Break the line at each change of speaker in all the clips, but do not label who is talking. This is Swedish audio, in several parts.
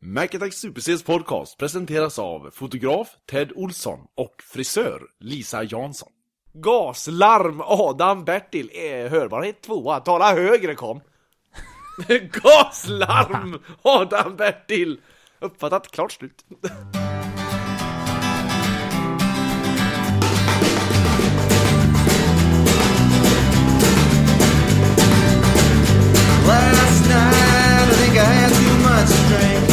Macattack SuperCs podcast presenteras av fotograf Ted Olsson och frisör Lisa Jansson.
Gaslarm Adam Bertil Eh, är hörbarhet tvåa. Tala högre kom. Gaslarm Adam Bertil. Uppfattat, klart slut.
Last night, I think I had too much to drink.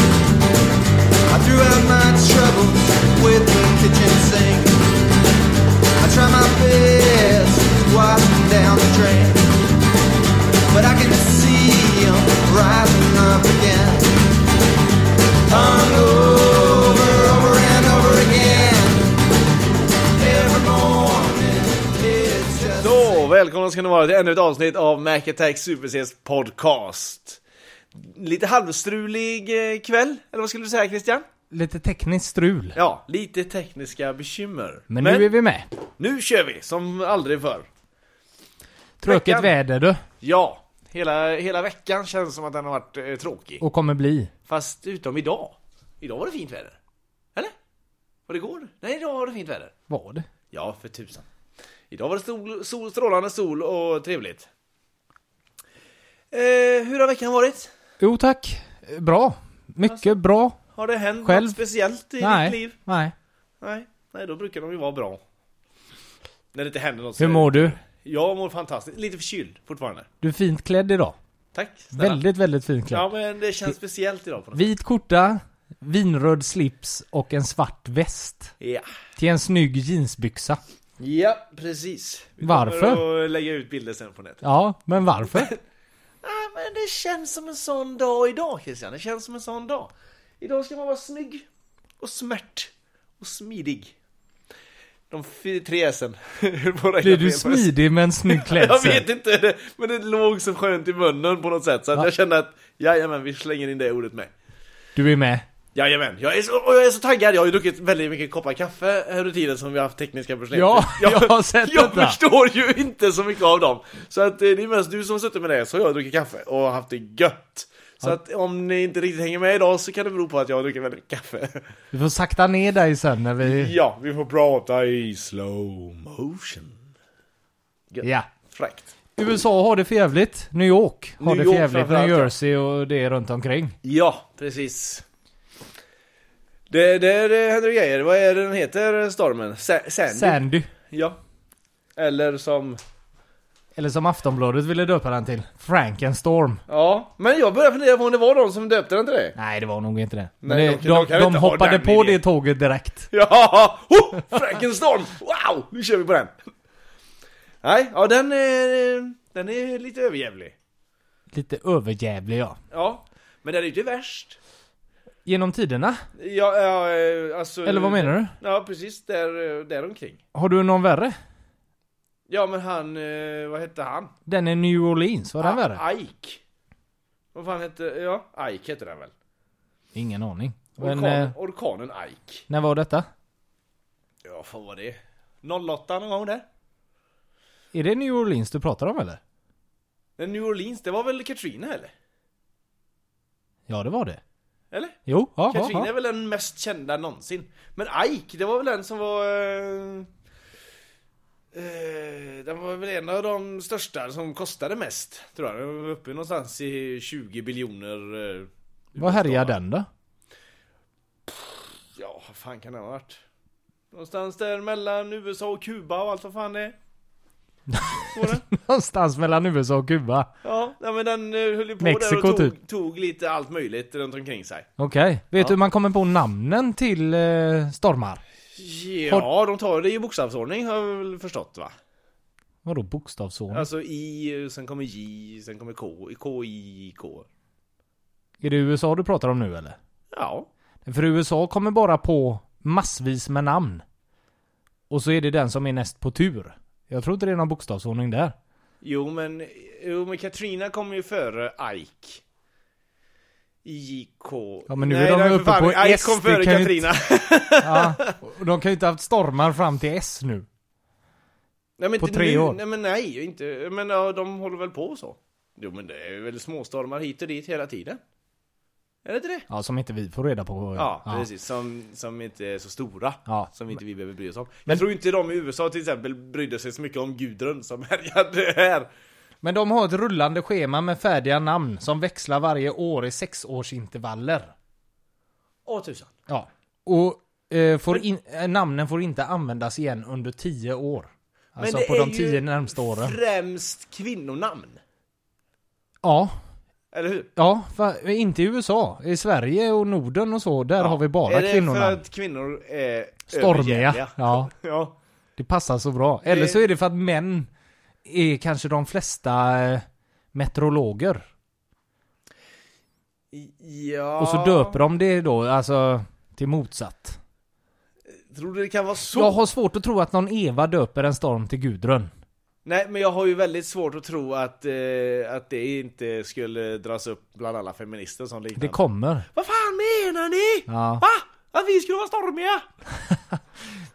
I threw out my troubles with the kitchen sink. I tried my best to wash them down the drain, but I can see 'em rising up again. Hung over, over and over again. Every morning, it's just.
Så, välkomna ska ni vara till ännu ett avsnitt av Mac Attack SuperCs podcast. Lite halvstrulig eh, kväll, eller vad skulle du säga Christian?
Lite tekniskt strul.
Ja, lite tekniska bekymmer.
Men, nu är vi med.
nu kör vi, som aldrig förr.
Tråkigt
Veckan.
väder du.
Ja, hela, hela veckan känns som att den har varit eh, tråkig.
Och kommer bli.
Fast utom idag. Idag var det fint väder. Eller? Var det igår? Nej, idag var det fint väder.
Vad?
Ja, för tusan. Idag var det sol, sol, strålande sol och trevligt. Eh, hur har veckan varit?
Jo tack. Bra. Mycket bra.
Har det hänt
Själv?
något speciellt i
Nej.
Alltså, ditt liv?
Nej.
Nej. Nej, då brukar de ju vara bra. När det inte händer något.
Hur mår du?
Jag mår fantastiskt. Lite förkyld fortfarande.
Du är fint klädd idag.
Tack snälla.
Väldigt, väldigt fint klädd.
Ja, men det känns speciellt idag på något
Vit skjorta, vinröd slips och en svart väst.
Ja.
Till en snygg jeansbyxa.
Ja, precis. Vi
Varför?
kommer att lägga ut bilder sen på nätet.
Ja, men varför?
Nej, men det känns som en sån dag idag Christian. Det känns som en sån dag. Idag ska man vara snygg och smärt och smidig. De fy- tre S'n.
Blir du smidig med en snygg
Jag
klädsel?
vet inte, det- men det låg så skönt i munnen på något sätt. Så att
Ja.
jag kände att, jajamän, vi slänger in det ordet med.
Du är med.
Jajamän, jag är, så, och jag är så taggad. Jag har ju druckit väldigt mycket koppar kaffe under tiden som vi har haft tekniska problem.
Ja, jag har sett
Jag
detta.
förstår ju inte så mycket av dem. Så att eh, det är mest du som har suttit med det, så har jag druckit kaffe och haft det gött. Så att om ni inte riktigt hänger med idag så kan det bero på att jag har druckit väldigt mycket kaffe.
Du får sakta ner dig sen när vi...
Ja, vi får prata i slow motion.
Ja.
Fräckt.
USA har det för jävligt. New York har
New
det
York
för jävligt. New
framförallt, ja.
Jersey och det runt omkring.
Ja, precis. Det, det, det händer grejer. Vad är det den heter, stormen? Sa- Sandy?
Sandy.
Ja. Eller som...
Eller som Aftonbladet ville döpa den till. Frankenstorm.
Ja, men jag börjar fundera på om det var de som döpte den till det.
Nej, det var nog inte det. Men
Nej, de
det,
kan-
de,
de kan
de,
väl inte ha
hoppade
den
på
idén.
det tåget direkt.
Ja, oh, Frankenstorm! Wow, nu kör vi på den. Nej, ja den är, den är lite överjävlig.
Lite överjävlig ja.
Ja, men den är ju inte värst.
Genom tiderna?
Ja, ja, eh, alltså...
Eller vad menar du?
Ja, precis där, eh, där omkring.
Har du någon värre?
Ja, men han, eh, vad hette han?
Den är New Orleans,
Ah,
var den värre?
A- Ike. Vad fan hette, ja, Ike hette den väl?
Ingen aning. Men,
Orkan,
eh,
Orkanen Ike.
när var detta?
Ja, fan var det? 08 någon gång där?
Är det New Orleans du pratar om eller?
Men New Orleans, det var väl Katrina eller?
Ja, det var det.
Eller?
Jo, ja, ja,
Katrina är
ja.
väl den mest kända någonsin. Men Ike, det var väl den som var... Eh, eh, den var väl en av de största som kostade mest, tror jag. Den var uppe någonstans i 20 biljoner. Eh,
Vad härjar den då?
ja, vad fan kan den ha varit? Någonstans där mellan USA och Kuba och allt vad fan det är. Var det?
Någonstans mellan USA och Kuba.
Ja, nej, men den eh, höll ju på
Mexiko,
där och tog,
typ.
tog lite allt möjligt runt omkring sig.
Okej. Vet du hur man kommer på namnen till eh, stormar?
Ja, de tar det i bokstavsordning har jag väl förstått va?
Vadå bokstavsordning?
Alltså I, sen kommer J, sen kommer K, K, I, K.
Är det USA du pratar om nu eller?
Ja.
För USA kommer bara på massvis med namn. Och så är det den som är näst på tur. Jag tror inte det är någon bokstavsordning där.
Jo men, jo men Katrina kommer ju före Ike. I, J, K.
Ja, men nu är de
nej,
uppe
för fan,
på
Ike
S,
kom
det
före
kan ju
Katrina.
Ja, och de kan ju inte ha haft stormar fram till S nu.
nej, men
på
inte
tre
nu,
år.
Nej men nej, inte. Men ja, de håller väl på så. Jo men det är väl småstormar hit och dit hela tiden. Är det inte det?
Ja, som inte vi får reda på.
Ja, precis. Som, som inte är så stora.
Ja.
Som inte vi behöver bry oss om. Jag
Men-
tror inte de i USA till exempel brydde sig så mycket om Gudrun som härjade här.
Men de har ett rullande schema med färdiga namn som växlar varje år i sexårsintervaller.
Åh tusan.
Ja. Och eh, får in, eh, namnen får inte användas igen under tio år. Alltså
det
på
är
de
ju
tio närmsta åren.
Främst kvinnonamn.
Ja.
Eller hur?
Ja, va- inte i USA. I Sverige och Norden och så, där har vi bara
är det
kvinnorna.
för att kvinnor är
Stormiga.
övergärliga?
Ja,
ja.
det passar så bra. Eller så är det för att män är kanske de flesta eh, meteorologer.
Ja.
Och så döper de det då, alltså till motsatt.
Tror du det kan vara så?
Jag har svårt att tro att någon Eva döper en storm till Gudrun.
Nej, men jag har ju väldigt svårt att tro att, eh, att det inte skulle dras upp bland alla feminister som liknande.
Det kommer.
Vad fan menar ni?
Ja.
Va? Att vi skulle vara stormiga?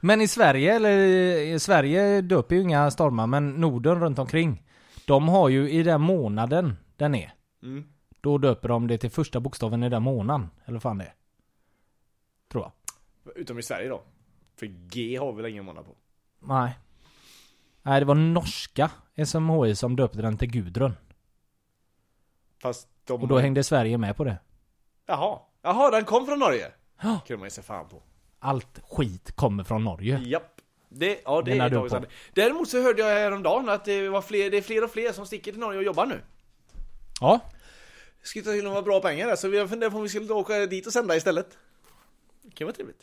Men i Sverige, eller i i Sverige döper ju inga stormar, men Norden runt omkring. De har ju i den månaden den är.
Mm.
Då döper de det till första bokstaven i den månaden. Eller vad fan det är. Tror jag.
Utom i Sverige då. För G har vi väl ingen månad på?
Nej. Nej, det var norska SMHI som döpte den till Gudrun.
Fast de...
Och då hängde Sverige med på det.
Jaha. Jaha, den kom från Norge?
Ja.
kunde man ju se fan på.
Allt skit kommer från Norge.
Japp. Det, ja, det
Den
är
är du
dagens
på.
sanning. Däremot så hörde jag häromdagen att det, var fler, det är fler och fler som sticker till Norge och jobbar nu.
Ja.
Skulle ta till några bra pengar där, så vi funderade på om vi skulle åka dit och sända istället. Det kan vara trevligt.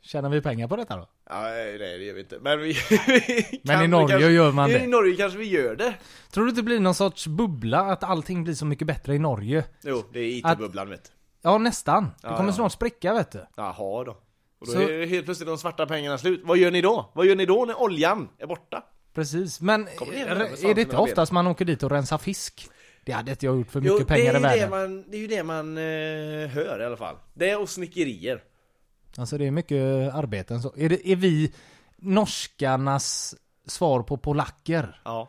Tjänar vi pengar på detta då?
Ja, nej det gör vi inte. Men, vi, vi kan,
Men i
vi
Norge
kanske,
gör man det.
I Norge kanske vi gör det.
Tror du det blir någon sorts bubbla? Att allting blir så mycket bättre i Norge?
Jo, det är IT-bubblan vet du.
Ja, nästan. Det
Ja,
kommer
ja.
snart spricka vet du.
Jaha då. Och då
Så-
är helt plötsligt de svarta pengarna slut. Vad gör ni då? Vad gör ni då när oljan är borta?
Precis. Men
Kommer ner med den,
är
svampen
det inte
i benen.
oftast man åker dit och rensar fisk? Det hade inte jag gjort för mycket
det, är
pengar i
ju det,
världen.
man, det är ju det man eh, hör i alla fall. Det och snickerier.
Alltså det är mycket arbeten så. Är, det, är vi norskarnas svar på polacker?
Ja.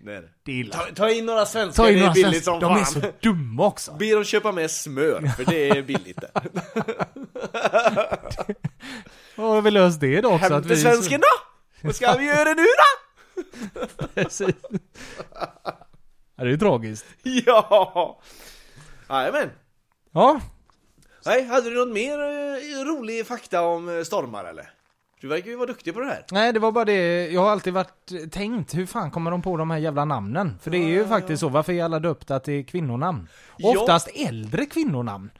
Det är det.
Det är illa.
Ta, ta in några svenskar,
Ta in
det är
några
billigt som
svenskar. De
fan.
är så dumma också.
Be dem köpa med smör, för det är billigt där.
Vad har vi löst det då också? att vi
Hämta
är så-
svensken då! Vad ska vi göra nu då?
Precis. Ja, det är ju tragiskt.
Ja! Jajamän!
Ja,
Nej, hade du något mer eh, rolig fakta om eh, stormar eller? Du verkar ju vara duktig på det här.
nej det var bara det. Jag har alltid varit tänkt, hur fan kommer de på de här jävla namnen? För det är ju faktiskt så, varför är alla döpta till kvinnonamn?
Ja.
Oftast äldre kvinnonamn.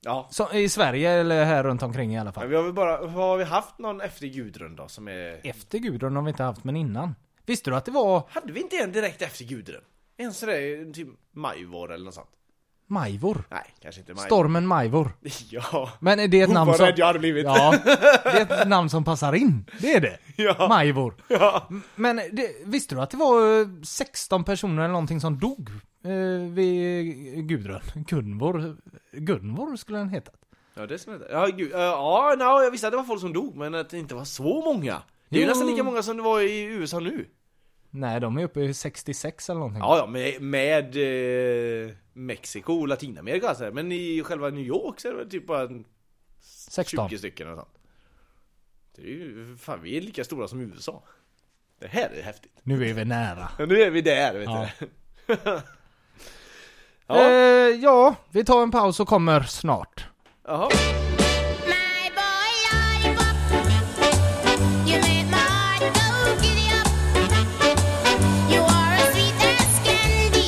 Ja.
Så, I Sverige eller här runt omkring i alla
Men
fall.
vi har väl bara, har vi haft någon efter Gudrun då som är...
Efter Gudrun har vi inte haft, men innan. Visste du att det var
Hade vi inte en direkt efter Gudrun? En sådär typ Majvor eller något sånt?
Majvor?
Nej, kanske inte Majvor.
Stormen Majvor.
Ja.
Men är det ett
Oh,
namn
vad
som...
rädd jag hade blivit.
Ja, det är ett namn som passar in. Det är det.
Ja.
Majvor.
Ja.
Men det, visste du att det var eh, 16 personer eller någonting som dog eh, vid Gudrun? Gunvor? Gunvor skulle den hetat.
Ja, det som heter. Ja, gud. Eh, ja no, jag visste att det var folk som dog, men att det inte var så många. Det är ju
Jo.
nästan lika många som det var i USA nu.
Nej, de är uppe i 66 eller någonting.
Ja, ja, med, med eh, Mexiko och Latinamerika alltså. Men i själva New York så är det väl typ bara en
16.
20 stycken eller sånt. Det är ju, fan vi är lika stora som USA. Det här är häftigt.
Nu är vi nära.
Men nu är vi där, vet
Ja.
du.
Ja.
ja,
Eh, ja, vi tar en paus och kommer snart.
jaha.
My boy lollipop, you made my heart go giddy up. You are as sweet as candy.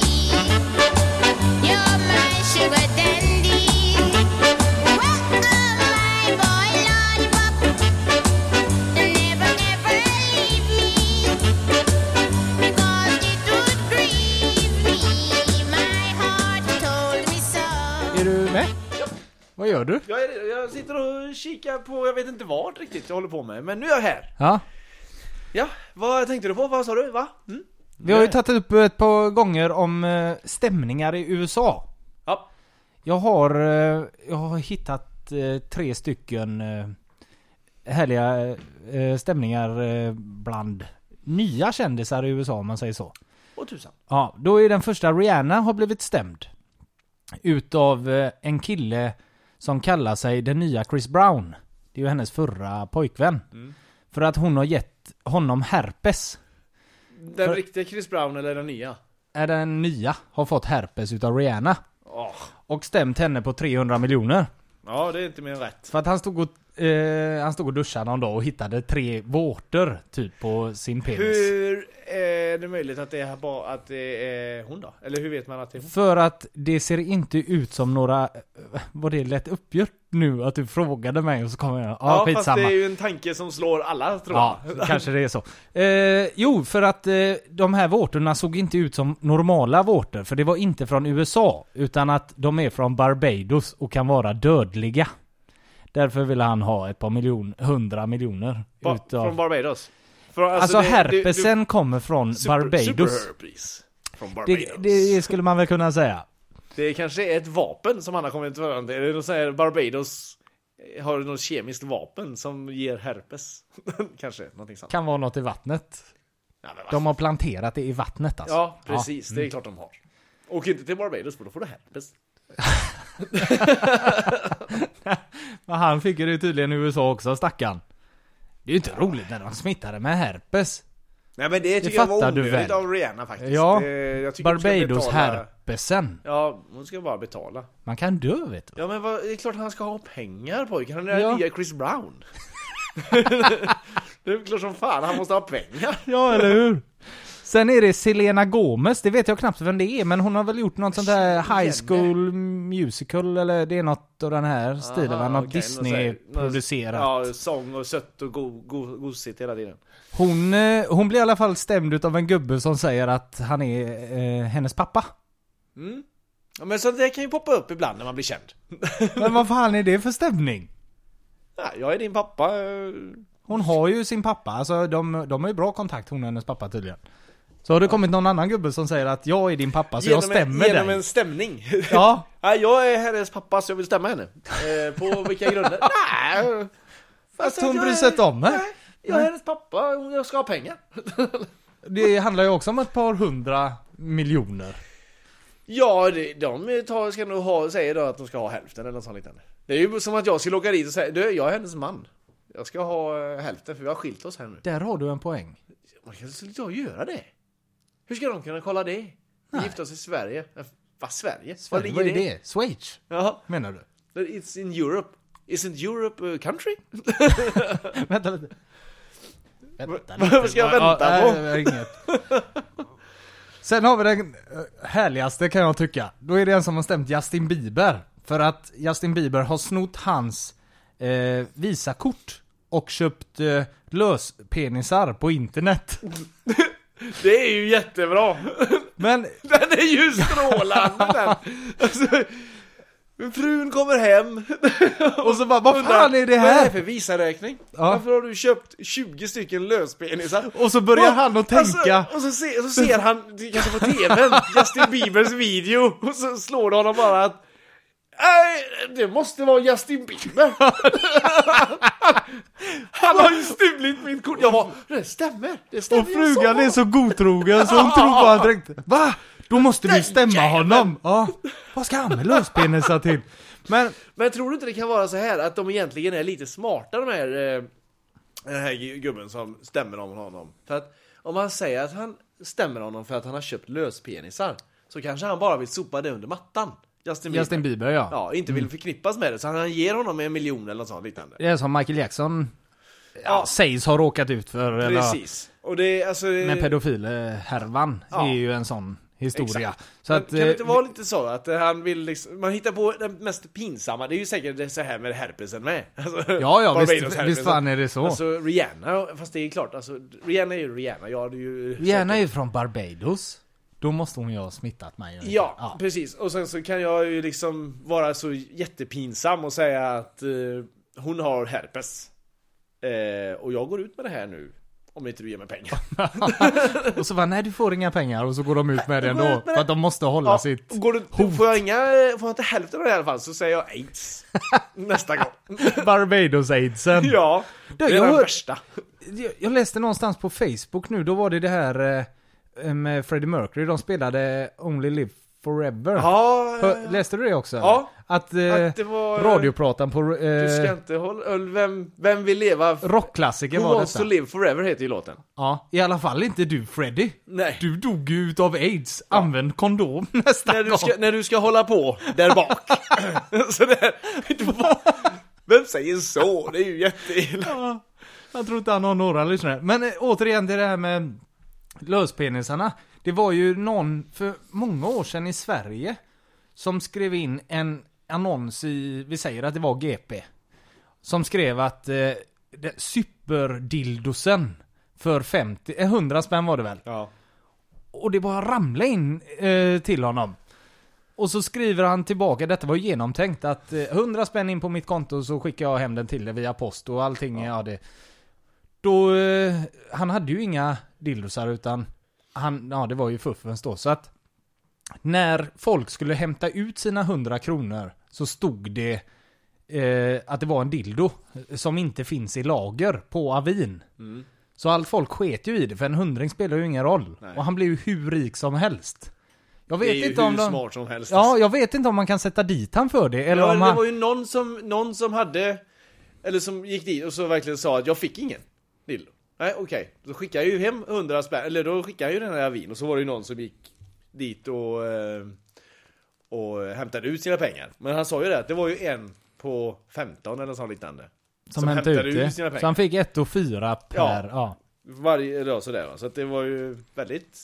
You're my sugar dandy. Well, my boy lollipop, never ever leave me because it would grieve me. My heart told me so.
Är du med? Vad gör du?
Jag, är, jag sitter och kikar på, jag vet inte vad riktigt jag håller på med, men nu är jag här.
Ja.
Ja, vad tänkte du på? Vad sa du? Va? Mm?
Vi har ju tagit upp ett par gånger om eh, stämningar i USA.
Ja.
Jag har, eh, jag har hittat eh, tre stycken eh, härliga eh, stämningar eh, bland nya kändisar i USA om man säger så.
Åh tusan.
Ja, då är den första Rihanna har blivit stämd. Utav eh, en kille som kallar sig den nya Chris Brown. Det är ju hennes förra pojkvän. För att hon har gett honom herpes.
Den riktiga Chris Brown eller den nya?
Är den nya har fått herpes utav Rihanna.
Åh,
Och stämt henne på 300 miljoner.
Ja, det är inte mer än rätt.
För att han stod och, eh, han stod och duschade någon dag och hittade tre vårtor typ på sin penis.
Hur är det möjligt att det är, bara, att det är hon då? Eller hur vet man att det är hon?
För att det ser inte ut som några... Var det lätt uppgjort nu att du frågade mig och så kommer jag... Ja,
Ja, fast
skitsamma.
det är ju en tanke som slår alla tror
Ja,
jag.
kanske det är så. Eh, jo, för att eh, de här vårtorna såg inte ut som normala vårtor. För det var inte från USA. Utan att de är från Barbados och kan vara dödliga. Därför ville han ha ett par miljoner, hundra miljoner.
Ba-
utav...
Från Barbados. Från,
alltså
det- det-
herpesen kommer från
det- super-
Barbados.
superherpes Från Barbados.
Det, det skulle man väl kunna säga.
Det kanske är ett vapen som han har kommit fram till. Eller någon sån här Barbados har något kemiskt vapen som ger herpes. kanske, någonting sånt.
Kan vara något i vattnet.
Ja, men vad
De har planterat det i vattnet alltså.
Ja, precis. Det är klart de har. Åk inte till Barbados för då får du herpes.
Men han fick ju det tydligen i USA också, stackarn. Det är ju inte roligt när de smittade med herpes.
Nej men det tycker jag var
fattar du
onödigt
väl?
av Rihanna faktiskt.
Ja,
Det- jag tycker hon ska
Barbados
betala-
herpesen.
Ja, hon ska bara betala.
Man kan dö vet du.
Ja men vad, det är klart han ska ha pengar pojken. Han är
Ja.
den nya Chris Brown. det är klart som fan han måste ha pengar.
Ja, eller hur? Sen är det Selena Gomez, det vet jag knappt vem det är, men hon har väl gjort något sånt där High School Musical eller det är något av den här stilen va? Något
okej, någon sån här-
Disney-producerat.
Ja, sång och sött och go, go, gosigt hela tiden.
Hon, eh, hon blir i alla fall stämd av en gubbe som säger att han är eh, hennes pappa.
Ja, men så det kan ju poppa upp ibland när man blir känd.
Men vad fan är det för stämning?
Ja, jag är din pappa. eh,
Alltså, Hon har ju sin pappa, alltså de, de har ju bra kontakt hon och hennes pappa tydligen. Så har det kommit någon annan gubbe som säger att jag är din pappa så jag stämmer
en, genom
dig.
en stämning.
Ja,
Nej, jag är hennes pappa så jag vill stämma henne. Eh, på vilka grunder? Nej! Alltså,
fast
jag
hon bryr
är-
sig inte om mig.
Nej, jag är hennes pappa och jag ska ha pengar.
Det handlar ju också om ett par hundra miljoner.
Ja, det, de tar, ska nog ha, säger då att de ska ha hälften eller något sånt liknande. Det är ju som att jag skulle åka dit och säga du, jag är hennes man. Jag ska ha eh, hälften för vi har skilt oss här nu.
Där har du en poäng.
Man kan inte jag göra det? Hur ska de kunna kolla det? Vi gifte oss i Sverige. Eh, Va, Sverige? Var
Vad är det? Schweiz,
Ja,
menar du?
it's in Europe. Isn't Europe a country?
Vänta lite. Vänta
Vad ska jag vänta
Ja,
på?
nej, det är inget. Sen har vi den eh, härligaste kan jag tycka. Då är det en som har stämt Justin Bieber. För att Justin Bieber har snott hans eh, visakort och köpt eh, löspenisar på internet.
Det är ju jättebra!
Men
Den är ju strålande den! Alltså, frun kommer hem
och så bara, vad fan är det
Vad är det
här?
för visaräkning?
Ja.
Varför har du köpt 20 stycken löspenisar?
Och så börjar han att tänka.
Alltså, och så, se, så ser han, det kanske på tvn, Justin Biebers video Och så slår det honom bara att Nej, det måste vara Justin Bieber! Han, han har ju stulit mitt kort! Jag bara, det stämmer! Det stämmer
Och
jag
frugan
sa."
är så godtrogen så hon tror på honom direkt. Va? Då måste vi stämma honom! Ja. Vad ska han med löspenisar till? Men
Men tror du inte det kan vara så här att de egentligen är lite smarta de här eh, Den här gu- gubben som stämmer om honom För att om han säger att han stämmer honom för att han har köpt löspenisar Så kanske han bara vill sopa det under mattan Justin Bieber,
Justin Bieber ja. Mm.
Ja, inte vill förknippas med det så han ger honom en miljon eller något sånt liknande
Det är som Michael Jackson ja,
Ja.
sägs ha råkat ut för. eller-
Precis Och det är alltså
Men pedofilhärvan
Ja.
är ju en sån historia.
Exakt.
Så
Men
att,
kan det inte
eh,
vara lite så att eh, han vill liksom, man hittar på den mest pinsamma, det är ju säkert det så här med herpesen med. Alltså,
Ja, ja, visst-
Barbados-herpesen.
visst fan är det så.
Alltså Rihanna, fast det är klart, alltså, Rihanna är ju Rihanna, jag hade ju...
Rihanna är ju från Barbados. Då måste hon ju ha smittat mig.
Ja, precis. Och sen så kan jag ju liksom vara så jättepinsam och säga att eh, hon har herpes. Eh, och jag går ut med det här nu, om inte du ger mig pengar.
Och så bara, nej du får inga pengar och så går de ut med det
går
ändå.
ut med
För
det.
att de måste hålla
Ja,
sitt...
går du, får jag inga, eh, får jag inte hälften av det i alla fall så säger jag aids. Nästa gång.
Barbados-aidsen.
Ja, det är
jag
den
hör-
värsta.
Jag- Jag läste någonstans eh, på Facebook nu, då var det det här eh, med Freddie Mercury. De spelade Only Live Forever.
Ja, eh,
Hör, läste du det också? eller?
Ja.
Att, eh,
Att det var-
radiopratan på...
du ska
Eh,
inte hålla... öl. Vem, vem vill leva... Who
rockklassiker var
wants to
detta.
live forever heter ju låten.
Ja, i alla fall inte du Freddy.
Nej.
Du dog ju utav aids. Använd kondom nästa
när du,
gång.
ska, när du ska hålla på där bak. så där, det var, vem säger så? Det är ju jätteilla.
Ja, Jag tror inte han har några lyssnare. Men eh, återigen till det här med löspenisarna. Det var ju någon för många år sedan i Sverige som skrev in en annons i, vi säger att det var GP. Som skrev att eh, det- superdildosen för 50, eh, 100 spänn var det väl?
Ja.
Och det bara ramlade in eh, till honom. Och så skriver han tillbaka, detta var ju genomtänkt, att eh, 100 spänn in på mitt konto så skickar jag hem den till dig via post och allting, ja, det... Då, eh, han hade ju inga dildosar utan, han, ja det var ju fuffens då, så att när folk skulle hämta ut sina 100 kronor så stod det eh, att det var en dildo som inte finns i lager på Avin.
Mm.
Så allt folk sket ju i det, för en hundring spelar ju ingen roll. Och han blev ju hur rik som helst. Jag vet
Det är ju
inte
hur
om de...
smart som helst.
Ja, jag vet inte om man kan sätta dit han för det, eller
Ja,
om
det
han...
var ju någon som, någon som hade, eller som gick dit och så verkligen sa att jag fick ingen dildo. Nej okej, då skickar jag ju hem 100 spänn, eller då skickar jag ju den här vin och så var det ju någon som gick dit och, eh, och hämtade ut sina pengar. Men han sa ju det, att det var ju en på 15 eller så liknande.
som,
som
hämtade
hämtade
ut
ut
det.
sina pengar.
Så han fick ett och fyra per, ja.
Varje dag sådär va, så att det var ju väldigt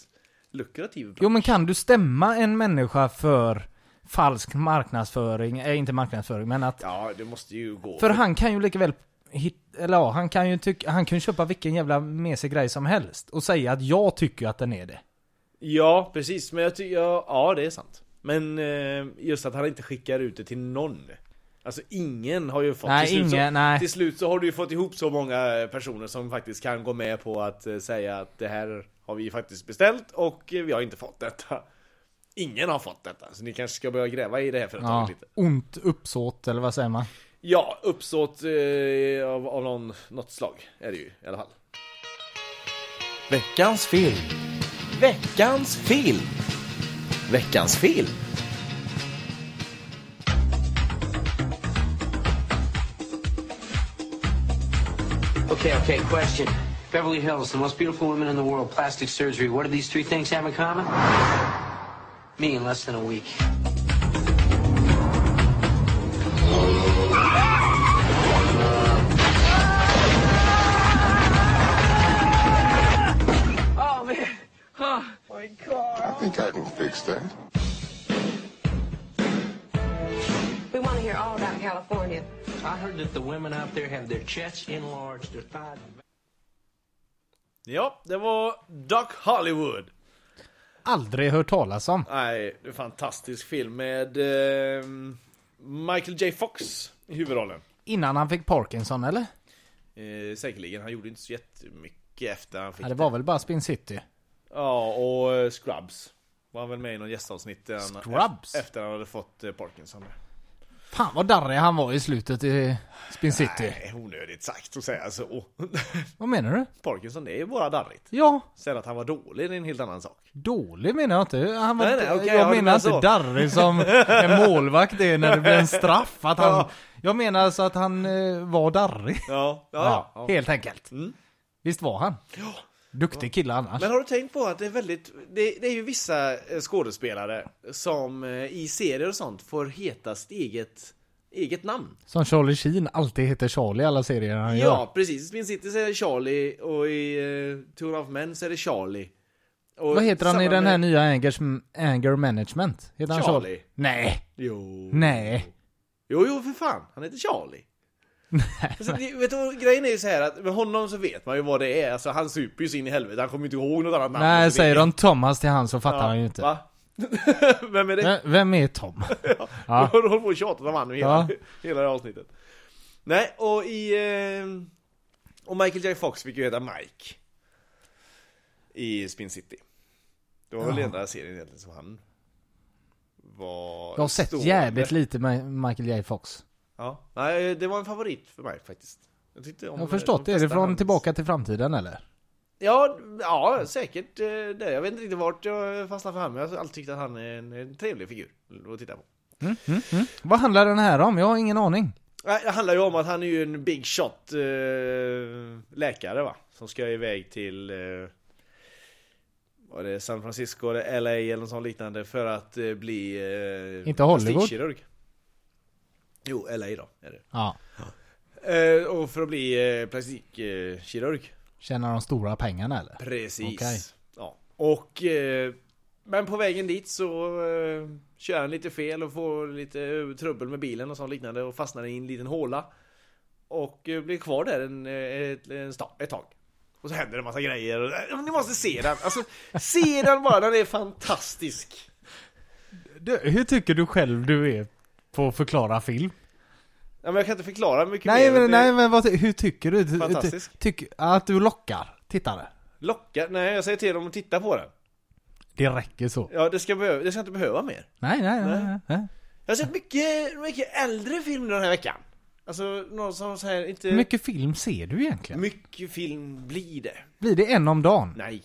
lukrativ
Jo men kan du stämma en människa för falsk marknadsföring, eh, inte marknadsföring men att...
Ja, det måste ju gå.
För han kan ju lika väl hit, eller ja, han kan ju tycka, han kan ju köpa vilken jävla mesig grej som helst och säga att jag tycker att den är det.
Ja, precis. Men jag tycker, ja, ja, det är sant. Men eh, just att han inte skickar ut det till någon. Alltså ingen har ju fått.
Nej,
till, slut
ingen,
så,
nej.
till slut så har du ju fått ihop så många eh, personer som faktiskt kan gå med på att eh, säga att det här har vi faktiskt beställt och eh, vi har inte fått detta. Ingen har fått detta, så ni kanske ska börja gräva i det här företaget
Ja,
lite.
ont uppsåt eller vad säger man?
Ja, uppsåt eh, av, av någon, något slag är det ju i alla fall.
Veckans film. Veckans film. Veckans film.
Okay, okay, question. Beverly Hills, the most beautiful woman in the world, plastic surgery. What do these three things have in common? Me in less than a week. Oh, man. Oh, my God.
I think I can fix that.
We want to hear all about California.
I heard that the women out there have their chests enlarged, their thighs.
Ja, det var Doc Hollywood.
Aldrig hört talas om.
Nej, det är en fantastisk film med ehm, Michael J Fox i huvudrollen.
Innan han fick Parkinson eller?
Eh, säkerligen, han gjorde inte så jättemycket efter han fick
Ja,
det.
det var väl bara Spin City.
Ja, och eh, Scrubs. Var han väl med i någon gästavsnitt där han-
Scrubs?
e- efter han hade fått eh, Parkinson.
Fan vad darrig han var i slutet i Spin City.
Nej, onödigt sagt att säga så.
Vad menar du?
Parkinson, det är ju bara darrigt.
Ja,
Sen att han var dålig, det är en helt annan sak.
Dålig menar jag inte. Han var
Nej,
inte
nej, okej, jag
jag
håller
menar
med
inte
så.
darrig som en målvakt är när det blir en straff. Att han, Jag menar alltså att han eh, var darrig.
Ja, Mm.
Ja, Helt enkelt. Visst var han? Duktig kille annars.
Men har du tänkt på att det är väldigt, det, det är ju vissa eh, skådespelare som eh, i serier och sånt får heta sitt eget, eget namn.
Som Charlie Sheen alltid heter Charlie i alla serier han gör.
Ja, precis. I Spin City så är det Charlie och i eh, Tour of Men så är det Charlie. Och
Vad heter han i
samma
den här
med-
nya Angers, Anger Management? Heter han Charlie?
Charlie.
Nej,
Jo.
nej.
Jo, jo, för fan. Han heter Charlie. Så, det- vet du, vad, grejen är ju så här att med honom så vet man ju vad det är. Alltså han super ju sin i helvete. Han kommer ju inte ihåg något annat namn.
Nej,
Så det-
säger de Thomas till han så fattar
Ja,
han ju inte.
Va? Vem är det?
Vem- Vem är Tom?
Ja.
Ja.
Du håller på och tjatat om han i hela,
Ja.
hela det här avsnittet. Nej, och i... Eh, och Michael J Fox fick ju heta Mike. I Spin City. Det var väl den enda serien egentligen som han var...
Jag har sett
stående.
jävligt lite med Michael J Fox.
Ja. Nej, det var en favorit för mig faktiskt. Jag, tyckte om
Jag har
de
förstått det. Är det
flesta
från
hans-
Tillbaka till Framtiden eller?
Ja, ja säkert eh, det. Jag vet inte riktigt vart jag fastnade för han, men jag har alltid tyckt att han är en, en trevlig figur att titta på.
Vad handlar den här om? Jag har ingen aning.
Nej, Det handlar ju om att han är ju en big shot eh, läkare va? Som ska iväg till eh, vad är det, San Francisco eller LA eller något sånt liknande för att eh, bli eh,
Inte Hollywood?
plastikkirurg. Jo, LA då är det.
Ja.
Eh, och för att bli eh, plastikkirurg.
Tjänar de stora pengarna eller?
Precis.
Okej.
Ja. Och, eh, men på vägen dit så eh, kör han lite fel och får lite eh, trubbel med bilen och sånt liknande och fastnar i en liten håla. Och eh, blir kvar där en, eh, ett, en sta, ett tag. Och så händer det en massa grejer. Och, eh, ni måste se den! Alltså, se den bara, den är fantastisk!
Du, hur tycker du själv du är på att förklara film?
Ja, men jag kan inte förklara mycket
Nej
mer.
men,
Det
nej, men vad, ty- hur tycker du? Ty-
Fantastisk.
ty- Tycker att du lockar tittare?
Lockar. Nej, jag säger till dem att titta på den.
Det räcker så.
Ja, det ska, behöva, det ska inte behöva mer.
Nej, nej, nej. nej. nej.
Jag har sett mycket, mycket äldre film den här veckan. Alltså, någon som så här inte...
Hur mycket film ser du egentligen?
Mycket film blir det.
Blir det en om dagen?
Nej.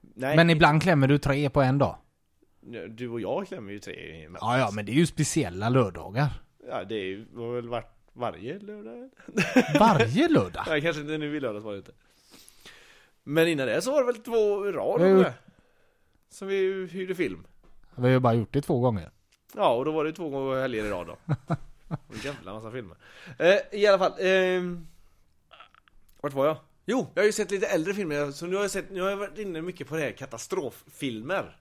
Nej,
Men ibland klämmer du tre på en dag?
du och jag klämmer ju tre emellan.
Ja, ja, men det är ju speciella lördagar.
Ja, det är ju- har väl varit varje lördag?
Varje lördag.
Nej, kanske inte nu i lördags var det inte. Men innan det så var det väl två i rad
Jag har
mm. Som vi hyrde film.
Vi har ju bara gjort det två gånger.
Ja, och då var det ju två helger i rad då. Och en jävla massa filmer. Eh, I alla fall. ehm, vart var jag? Jo, jag har ju sett lite äldre filmer. Så nu har jag, sett, nu har jag varit inne mycket på det här katastroffilmer.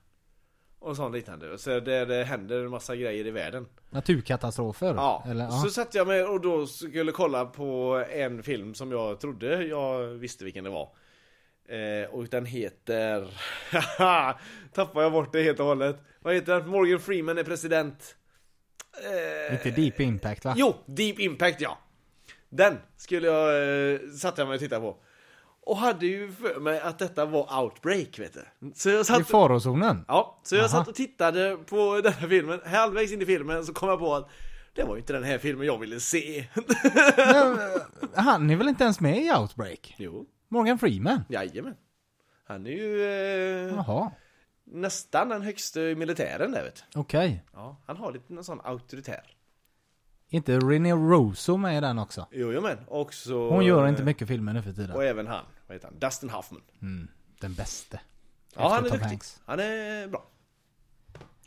Och sånt liknande. Så där det händer en massa grejer i världen.
Naturkatastrofer?
Ja,
Eller, ja.
så satt jag med och då skulle kolla på en film som jag trodde jag visste vilken det var. Eh, och den heter... Haha, Tappar jag bort det helt och hållet. Vad heter den? Morgan Freeman är president. Eh,
Lite deep impact va?
Jo, Deep Impact ja. Den skulle jag, eh, satte jag mig och tittade på. Och hade ju för mig att detta var Outbreak vet du. Så jag
I
satt
farozonen?
Ja, så jag
Aha.
satt och tittade på den här filmen. Halvvägs in i filmen så kom jag på att det var ju inte den här filmen jag ville se.
Han är väl inte ens med i Outbreak?
jo,
Morgan Freeman?
jajamän. Han är ju eh,
Jaha,
nästan den högste i militären där vet du.
okej.
Ja, han har lite någon sån auktoritär.
Inte René Russo med i den också?
Jojomän, och så... eh,
Hon gör inte mycket filmer nu för tiden.
Och även han, vad heter han? Dustin Hoffman.
Den bäste.
Ja, han är
Tom
duktig.
Hanks.
Han är bra.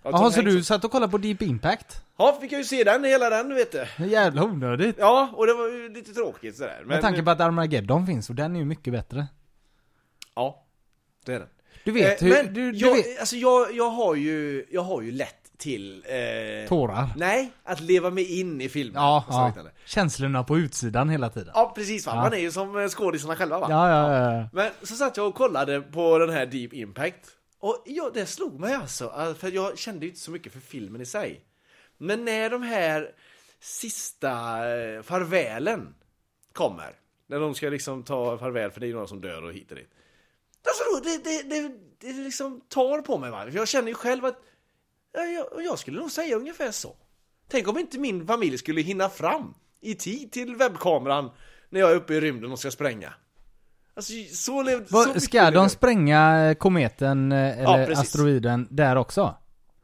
Ja, Tom
Jaha, så
Hanks-
du satt och kollade på Deep Impact?
Ja, fick jag ju se den, hela den vet du.
Det är Jävla onödigt.
Ja, och det var ju lite tråkigt sådär. Men,
Med tanke på att Armageddon finns och den är ju mycket bättre.
eh, Ja, det är den.
Du vet
Eh,
hur...
men
du, du
jag,
vet.
Alltså jag, jag, har ju, jag har ju lätt till... Eh,
Tårar.
Nej, att leva mig in i filmen.
Ja,
och så
ja.
liknande.
Känslorna på utsidan hela tiden.
ja, precis va. Man är ju som eh, skådisarna själva va.
Ja, ja, ja. ja.
Men så satt jag och kollade på den här Deep Impact. Och ja, det slog mig alltså, eh, för jag kände ju inte så mycket för filmen i sig. Men när de här sista eh, farvälen kommer, när de ska liksom ta farväl, för det är ju några som dör och hit och dit. Alltså då, det, det, det, det liksom tar på mig va. För jag känner ju själv att ja, jag, jag skulle nog säga ungefär så. Tänk om inte min familj skulle hinna fram i tid till webbkameran när jag är uppe i rymden och ska spränga. Alltså så levde... så
Vad-
mycket
Ska
levde
de
jag.
spränga eh, kometen eh,
Ja,
eller
precis.
asteroiden där också?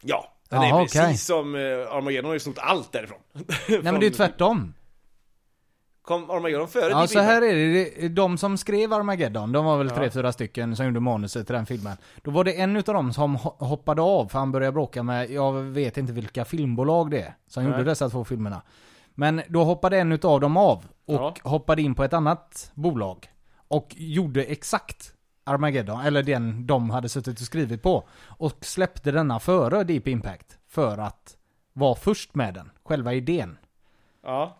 Ja, den
Jaha,
är precis
okej.
som eh, Armageddon har ju snott allt därifrån.
Nej men det är ju tvärtom.
Kom Armageddon före
Ja,
Deep
så här
Impact?
är det. det. är De som skrev Armageddon, de var väl tre, fyra stycken som gjorde manuset till den filmen. Då var det en utav dem som ho- hoppade av för han började bråka med, jag vet inte vilka filmbolag det är, som gjorde dessa två filmerna. Men då hoppade en utav dem av och
Ja.
hoppade in på ett annat bolag. Och gjorde exakt Armageddon, eller den de hade suttit och skrivit på. Och släppte denna före Deep Impact. För att vara först med den, själva idén.
Ja.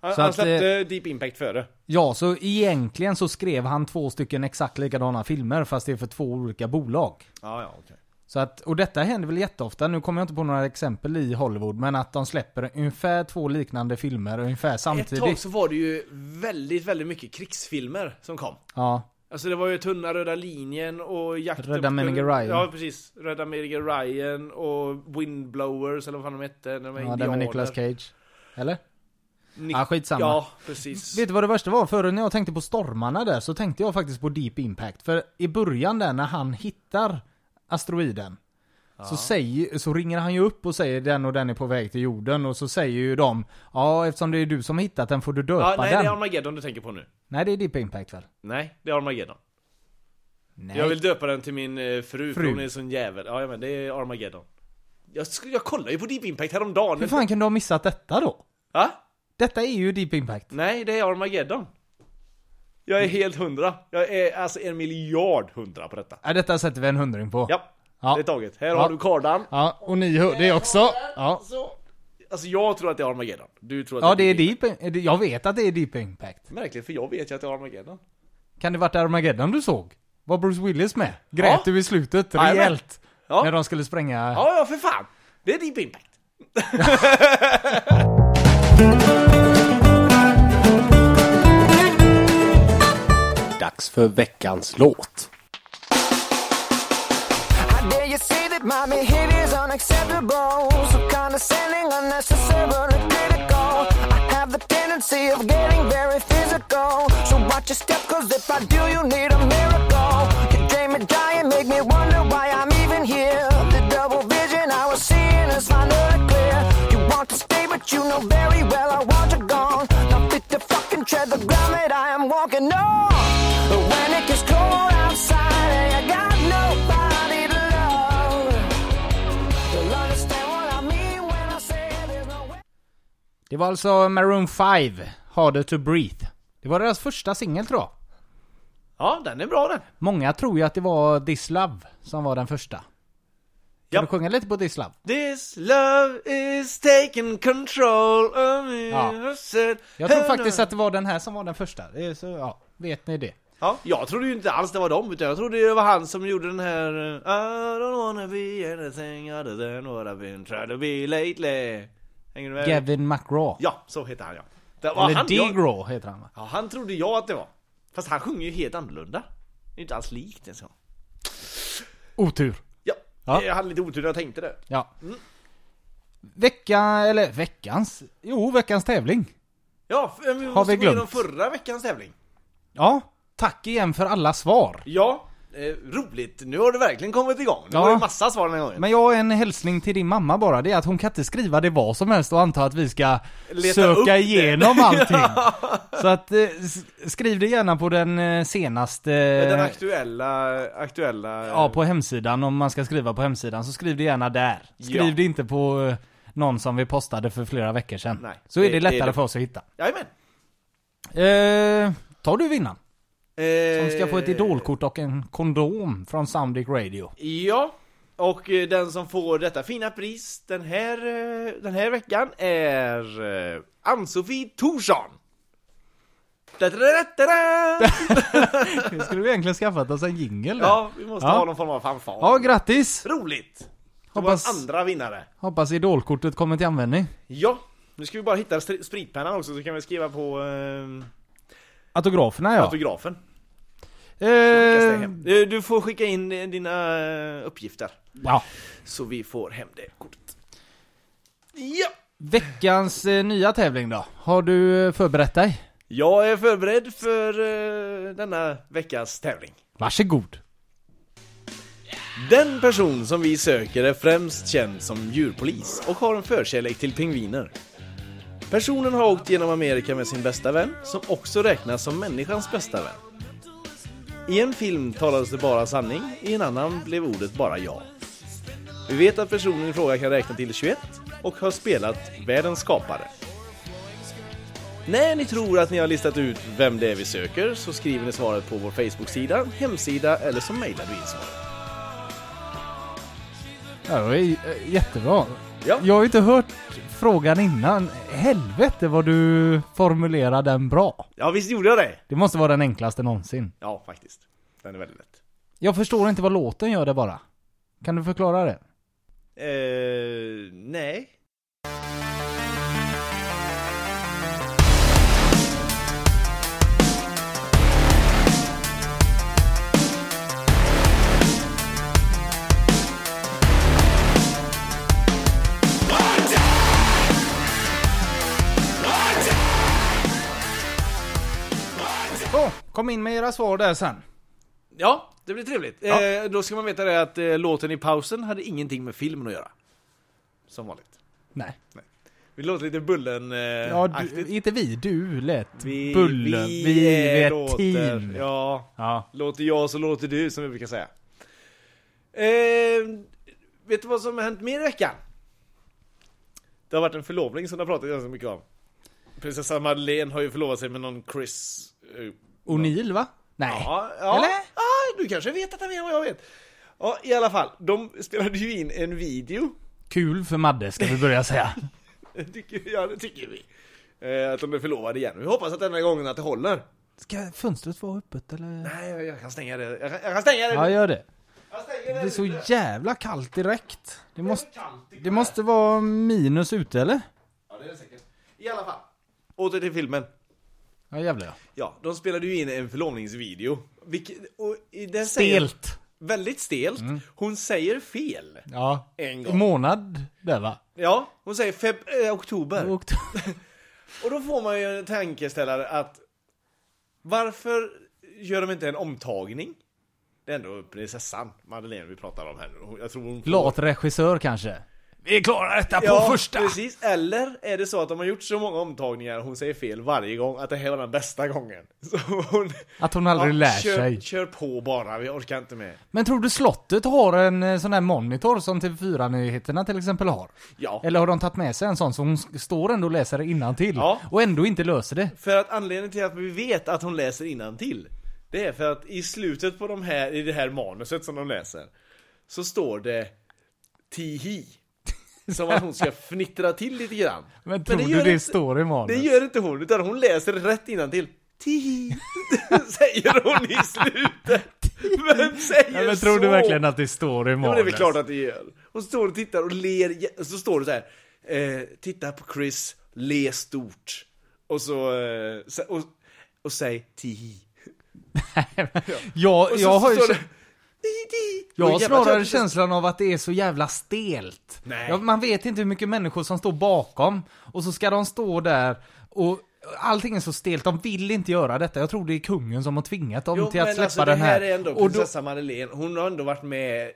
Han,
Så
han
att, eh,
släppte Deep Impact före.
Ja, så egentligen så skrev han två stycken exakt likadana filmer fast det är för två olika bolag.
Ja, ja, okej.
Så att, och detta händer väl jätteofta, nu kommer jag inte på några exempel i Hollywood, men att de släpper ungefär två liknande filmer ungefär
Ett tag
samtidigt.
så var det ju väldigt, väldigt mycket krigsfilmer som kom.
Ja,
Alltså det var ju Tunna röda linjen och jakten
Rädda
på-
Meninger Ryan.
Ja precis, Rädda Meninger Ryan och Windblowers eller vad fan de hette när de var
ja
indianer.
den med Nicolas Cage. Eller? Ja, skitsamma.
Ja, precis.
Vet du vad det värsta var? Förut när jag tänkte på stormarna där så tänkte jag faktiskt på Deep Impact. För i början där när han hittar asteroiden så, säger, så ringer han ju upp och säger den och den är på väg till jorden och så säger ju de Ja eftersom det är du som hittat den får du döpa
ja, nej,
den.
det är Armageddon du tänker på nu.
Nej det är Deep Impact väl?
Nej, det är Armageddon.
Nej.
Jag vill döpa den till min eh, fru, för
Fru.
hon är en sån jävel. Ja, men det är Armageddon. Jag, sk- jag kollade ju på Deep Impact häromdagen.
Hur fan kan du ha missat detta då?
Va?
Detta är ju Deep Impact.
Nej, det är Armageddon. Jag är helt hundra. Jag är alltså en miljard hundra på detta.
Ja, detta sätter vi en hundring på.
Ja,
Ja.
det är taget. Här
Ja.
har du kardan.
Ja, och ni hör det också. Ja.
Alltså jag tror att det är Armageddon. Du tror att
ja, det är Deep Impact. Jag vet att det är Deep Impact.
Märkligt, för jag vet ju att det är Armageddon.
Kan det varit Armageddon du såg? Var Bruce Willis med? Grät
Ja.
du i slutet
Jajamän.
rejält?
Ja.
När de skulle spränga...
Ja, ja för fan! Det är Deep Impact.
Dags för veckans låt.
How dare you say that my behavior's unacceptable? So condescending, unnecessarily critical. I have the tendency of getting very physical. So watch your step, cause if I do, you need a miracle. You drain me dry and make me wonder why I'm even here. The double vision I was seeing is finally clear. You want to stay, but you know very well I want you gone. Not fit to fucking tread the ground that I am walking on. But when it gets cold outside and you got nobody to love, you'll understand what I mean when I say there's no way.
Det var alltså Maroon 5, Harder to Breathe. Det var deras första singel tror jag.
Ja, den är bra den.
Många tror ju att det var This Love som var den första. Kan
Ja.
du sjunga lite på This Love?
This love is taking control of me.
Ja.
Said,
Jag tror faktiskt att det var den här som var den första. Det är så, ja, vet ni det?
Ja, jag trodde ju inte alls det var dem, utan jag trodde det var han som gjorde den här eh, I don't wanna be anything other than what I've been trying to be lately. Hänger du med?
Gavin McGraw.
Ja, så heter han ja. Det var
Eller
han, jag,
DeGraw heter han va?
ja, han trodde jag att det var. Fast han sjunger ju helt annorlunda. Det är inte alls likt en sån.
Otur.
Ja,
Ja.
jag hade lite otur när jag tänkte det.
Ja. Vecka, eller veckans? Jo, veckans tävling.
Ja, f- men vi måste
vi
gå igenom
glömt?
förra veckans tävling.
Ja, tack igen för alla svar.
Ja, eh, roligt. Nu har du verkligen kommit igång. Det
Ja.
var ju massa svar den här gången.
Men jag har en hälsning till din mamma bara, det är att hon kan inte skriva det vad som helst och anta att vi ska
Leta upp
söka
det.
igenom allting. Så att eh, s- skriv det gärna på den eh, senaste...
Den aktuella, aktuella...
eh, Ja, på hemsidan, om man ska skriva på hemsidan, så skriv det gärna där. Skriv
Ja.
det inte på eh, någon som vi postade för flera veckor sedan.
Nej,
så är
det-
det,
det är
lättare
det.
för oss att hitta.
Jajamän.
Eh, tar du vinnaren?
Eh,
Som ska få ett idolkort och en kondom från Soundic Radio.
Ja, och eh, den som får detta fina pris den här, eh, den här veckan är eh, Ann-Sofie Thorsson. Da-da-da-da-da!
Det skulle vi egentligen skaffat oss en jingel där.
Ja, vi måste
Ja.
ha någon form av fanfar.
ja, grattis!
Roligt! Det var
Hoppas-
en andra vinnare.
Hoppas idolkortet kommer till användning.
Ja, nu ska vi bara hitta stri- spritpennan också så kan vi skriva på eh,
Autograferna ja.
autografen. Kasta
eh,
hem. Eh, Du får skicka in eh, dina eh, uppgifter
ja.
så vi får hem det kortet. Ja!
Veckans eh, nya tävling då? Har du eh, förberett dig?
Jag är förberedd för eh, denna veckas tävling.
Varsågod.
Den person som vi söker är främst känd som djurpolis och har en förkärlek till pingviner. Personen har åkt genom Amerika med sin bästa vän, som också räknas som människans bästa vän. I en film talades det bara sanning, i en annan blev ordet bara ja. Vi vet att personen i fråga kan räkna till 21 och har spelat Världens skapare. När ni tror att ni har listat ut vem det är vi söker så skriver ni svaret på vår Facebook-sida, hemsida eller så mejlar du in svaret.
Ja, det var ju, eh, jättebra.
Ja.
Jag har ju inte hört frågan innan. Helvete vad du formulerade den bra.
Ja visst gjorde jag det!
Det måste vara den enklaste någonsin.
Ja faktiskt. Den är väldigt lätt.
Jag förstår inte vad låten gör det bara. Kan du förklara det?
Eh, nej.
Så, kom in med era svar där sen.
Ja, det blir trevligt. Eh, då ska man veta det att eh, låten i pausen hade ingenting med filmen att göra. Som vanligt.
Nej.
Vi låter lite bullen eh,
Ja,
aktigt.
du, inte vi, du lät
Vi-
bullen. Vi, är ett
låter-
team. Ja.
Ja, låter jag så låter du som vi brukar säga. Eh, vet du vad som har hänt mer i veckan? Det har varit en förlovning som det har pratat ganska mycket om. Prinsessa Madeleine har ju förlovat sig med någon Chris... eh,
O'Neill va? Nej.
Ja, ja.
Eller?
Ah, du kanske vet detta mer än vad jag vet. Ja, i alla fall. De spelade ju in en video.
Kul för Madde ska vi börja säga.
Tycker, ja, det tycker vi. Eh, att de är förlovade igen. Vi hoppas att denna gången att det håller.
Ska fönstret vara öppet eller?
Nej, jag, jag kan stänga det. Jag kan, jag kan stänga det.
Ja, gör det.
jag stänger
Det
det.
är så jävla kallt direkt. Det måste, det måste vara minus ute eller?
Ja, det är det säkert. I alla fall. Åter till filmen.
Ja jävlar ja.
Ja, de spelade ju in en förlovningsvideo. Vilket, och i den Säger,
Stelt. Mm.
väldigt stelt. Hon säger fel.
Ja.
En gång.
Månad där va?
Ja, hon säger feb- eh, oktober.
Och,
Och då får man ju en tankeställare att varför gör de inte en omtagning? Det är ändå prinsessan Madeleine vi pratar om här nu. Hon- Jag tror hon får-
lat regissör kanske? Vi klarar detta på
ja,
första!
precis. Eller är det så att de har gjort så många omtagningar och hon säger fel varje gång att det här var den bästa gången? Så hon...
Att hon aldrig lär
kör,
sig.
Kör på bara, vi orkar inte med.
Men tror du slottet har en eh, sån här monitor som TV4-nyheterna till exempel har?
Ja.
Eller har de tagit med sig en sån som hon s- står ändå och läser det till
Ja.
och ändå inte löser det?
För att anledningen till att vi vet att hon läser innantill Det är för att i slutet på de här, i det här manuset som de läser Så står det Tihi Som att hon ska fnittra till lite grann
Men tror du
gör
det
inte-
står i manus?
Det gör inte hon, utan hon läser rätt innantill Tihi Säger hon i slutet Vem säger
Ja, men tror du
så?
verkligen att det står i manus?
Ja, men det är väl klart att det gör. Hon står och tittar och ler, jä- och så står det så här. Eh, titta på Chris, le stort. Och så, eh, sä- och, och säg tihi.
jag,
Och så,
jag
så
har ju...
står det,
kä-
tihi, tihi.
Jag
Och
har
jävlar,
snarare
jag-
känslan av att det är så jävla stelt.
Nej.
Ja, man vet inte hur mycket människor som står bakom, och så ska de stå där och Allting är så stelt, de vill inte göra detta. Jag tror det är kungen som har tvingat dem
Jo,
till att
men
släppa
alltså,
den här.
Det här är ändå
och då,
prinsessa Madeleine. Hon har ändå varit med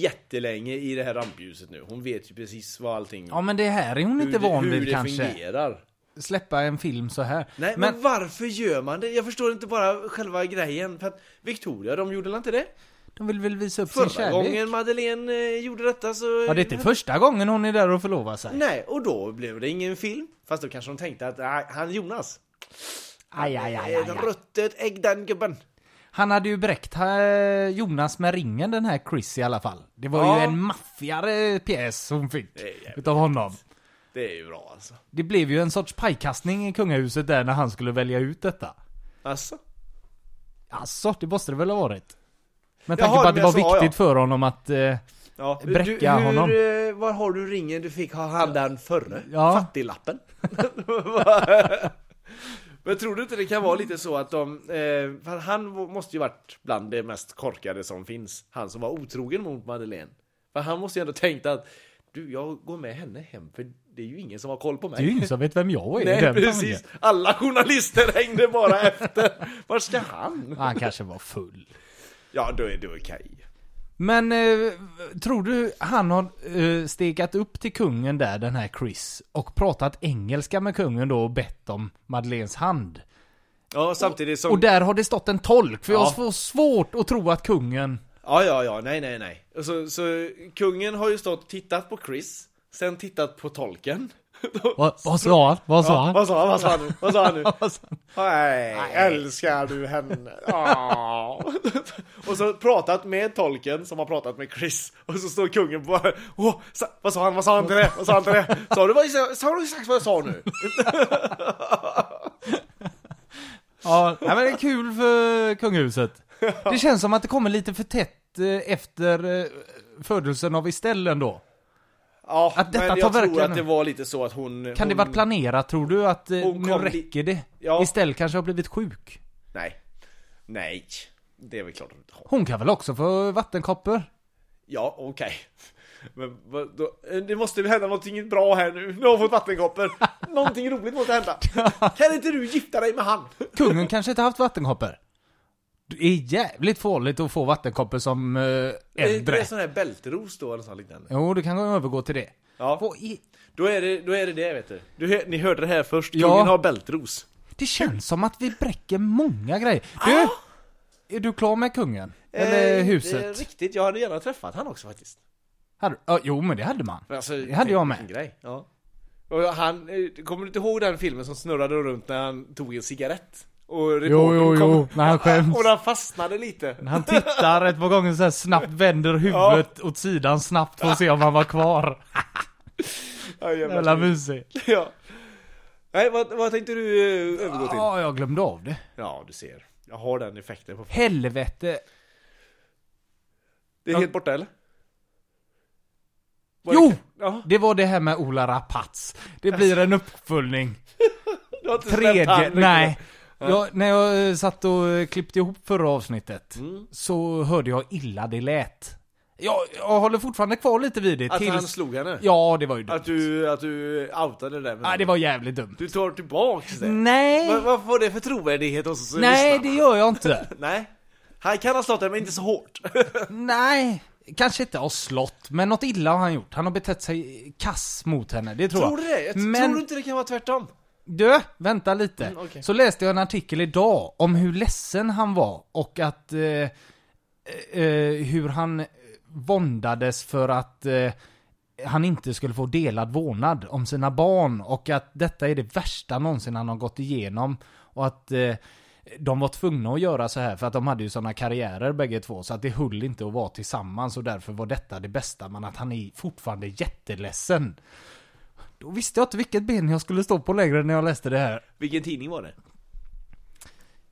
jättelänge i det här rampljuset nu. Hon vet ju precis vad allting...
ja men det här är hon
hur
inte
det,
van
hur
vid
det
kanske.
fungerar.
Släppa en film så här.
Nej, men, varför gör man det? Jag förstår inte bara själva grejen. För att Victoria, de gjorde väl inte det?
de vill väl visa upp sin
Förra
kärlek?
gången Madeleine eh, gjorde detta så...
Ja, det är inte första gången hon är där och förlovar sig.
Nej, och då blev det ingen film. Fast då kanske de tänkte att "Nej, han Jonas,
Aj, aj, aj, aj,
ett
aj.
ruttet ägg den gubben.
Han hade ju bräckt eh, Jonas med ringen den här Chris i alla fall. Det var
Ja.
ju en maffigare pjäs hon fick
är jävligt
utav honom.
Det är ju bra alltså.
Det blev ju en sorts pajkastning i kungahuset där när han skulle välja ut detta.
Alltså?
Alltså, det måste det väl ha varit? Med
Jaha,
tanke på att det
men
var
alltså, ja,
viktigt
ja.
för honom att... Eh,
Ja.
Bräcka
du,
honom.
Hur, eh, var har du ringen du fick? Har han den förre?
Ja.
Fattiglappen? Men tror du inte det kan vara lite så att de, eh, för han måste ju varit bland det mest korkade som finns. Han som var otrogen mot Madeleine. För han måste ju ändå tänkt att, du jag går med henne hem för det är ju ingen som har koll på mig.
det är ju ingen som vet vem jag är i
Nej
den
precis,
familjen.
alla journalister hängde bara efter. Var ska han?
Han kanske var full.
Ja, då är det okej.
Men eh, tror du han har eh, stegat upp till kungen där, den här Chris, och pratat engelska med kungen då och bett om Madeleines hand?
Ja, samtidigt som...
Och där har det stått en tolk, för
Ja.
jag får svårt att tro att kungen...
Ja, ja, ja, nej, nej, nej. Och Så, så kungen har ju stått och tittat på Chris, sen tittat på tolken.
Vad, vad sa han? Vad sa
Ja,
han?
vad sa han? Vad sa han nu? Vad sa han nu?
Vad sa han?
Nej, älskar du henne? Ja. och så pratat med tolken som har pratat med Chris. Och så står kungen bara... Åh, sa, vad sa han? Vad sa han till det? Vad sa han till det? Sa du, vad, sa du exakt vad jag sa nu?
Ja, nej, men det är kul för kungahuset. Det känns som att det kommer lite för tätt eh, efter eh, födelsen av Estelle ändå.
Ja,
Att detta
men
tar
jag tror
verkligen-
att det var lite så att hon...
Kan det
hon...
varit planerat tror du att eh,
hon
nu
kom li-
räcker det?
Ja.
Estelle kanske har blivit sjuk.
Nej. Nej. Det är väl klart att hon inte har.
Hon kan väl också få vattenkoppor?
Ja, okej. Men vad, då, eh, det måste ju hända någonting bra här nu. Nu har jag fått vattenkoppor. Någonting roligt måste hända. Kan inte du gifta dig med han?
Kungen kanske inte haft vattenkoppor. Det är jävligt farligt att få vattenkoppor som eh,
Det är inte
äldre.
en sån här bältros då eller sånt liknande.
Jo, du kan gå övergå till det.
Ja.
Vad i-
Då är det då är det, det vet du. du hör- ni hörde det här först.
Ja.
Kungen har bältros.
Det känns som att vi bräcker många grejer. Du! Är du klar med kungen? Eller
Ah! Eh,
huset?
inte riktigt. Jag hade gärna träffat han också faktiskt.
Hade, ja, jo, men det hade man.
Men alltså,
det hade
tänk
jag
vilken
med.
Grej. Ja. Och han, eh, kommer du inte ihåg den filmen som snurrade runt när han tog en cigarett? Och reportern
jo,
kom-
jo, när han skäms.
Och han fastnade lite.
Han tittar ett par gånger så här snabbt, vänder huvudet åt sidan snabbt för att se om han var kvar.
Ja, jävlar.
Jävla mysig.
ja. Nej, vad, vad tänkte du eh, övergå till?
Ja, jag glömde av det.
Ja, du ser. Jag har den effekten på...
Helvete.
Det är helt borta eller? Var
Jo!
det- Ja,
Det var det här med Ola Rapace. Det blir en uppföljning.
du har inte släppt han
Tredje,
riktigt.
nej. Jag, när jag eh, satt och eh, klippte ihop förra avsnittet
Mm.
så hörde jag illa det lät. Jag, jag håller fortfarande kvar lite vid det.
Att
tills...
han slog henne?
Ja, det var ju dumt.
Att du, att du outade det där med
Nej, det var jävligt dumt.
Du tar tillbaks det?
Nej,
Vad, vad får det för trovärdighet hos
nej det
lyssnarna?
gör jag inte.
Nej. Han kan ha slått den men inte så hårt.
nej, kanske inte har slått, men något illa har han gjort. Han har betett sig kass mot henne, det tror,
Tror du
jag.
det? Jag
men...
Tror du inte det kan vara tvärtom?
Du, vänta lite.
okej.
Så läste jag en artikel idag om hur ledsen han var och att eh, eh, eh, hur han eh, våndades för att eh, han inte skulle få delad vårdnad om sina barn och att detta är det värsta någonsin han har gått igenom och att eh, de var tvungna att göra så här för att de hade ju sådana karriärer bägge två så att det höll inte att vara tillsammans och därför var detta det bästa men att han är fortfarande jätteledsen. Då visste jag inte vilket ben jag skulle stå på längre när jag läste det här.
Vilken tidning var det?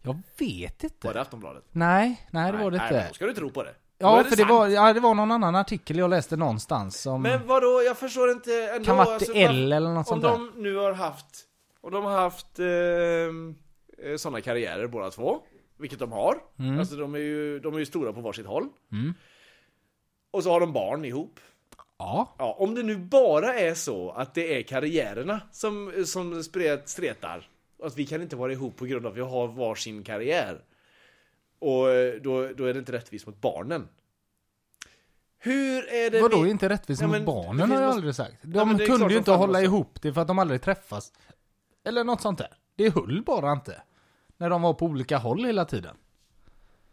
Jag vet inte.
Var det Aftonbladet?
Nej, nej det var det
nej,
inte.
men då ska du tro på det. Då
Ja,
är
för det
sant.
var, ja, det var någon annan artikel jag läste någonstans som...
Men vadå, jag förstår inte ändå.
Mm. Kan vara
alltså,
till
varför-
L eller något
Om
sånt där.
de nu har haft, om de har haft eh, sådana karriärer båda två, vilket de har.
Mm.
Alltså de är, ju, de är ju stora på varsitt håll. Och så har de barn ihop.
Ja.
Ja, om det nu bara är så att det är karriärerna som, som spre- stretar. Att vi kan inte vara ihop på grund av att vi har varsin karriär. Och eh, då, då är det inte rättvist mot barnen. Hur är det...
Vadå
vi-
är inte rättvist
Ja, men
mot
det
barnen
finns
har jag
massa-
aldrig sagt.
Ja, men
De
det är klart
kunde ju
som
inte
fan
hålla
måste.
ihop det för att de aldrig träffas. Eller något sånt där. Det höll bara inte. När de var på olika håll hela tiden.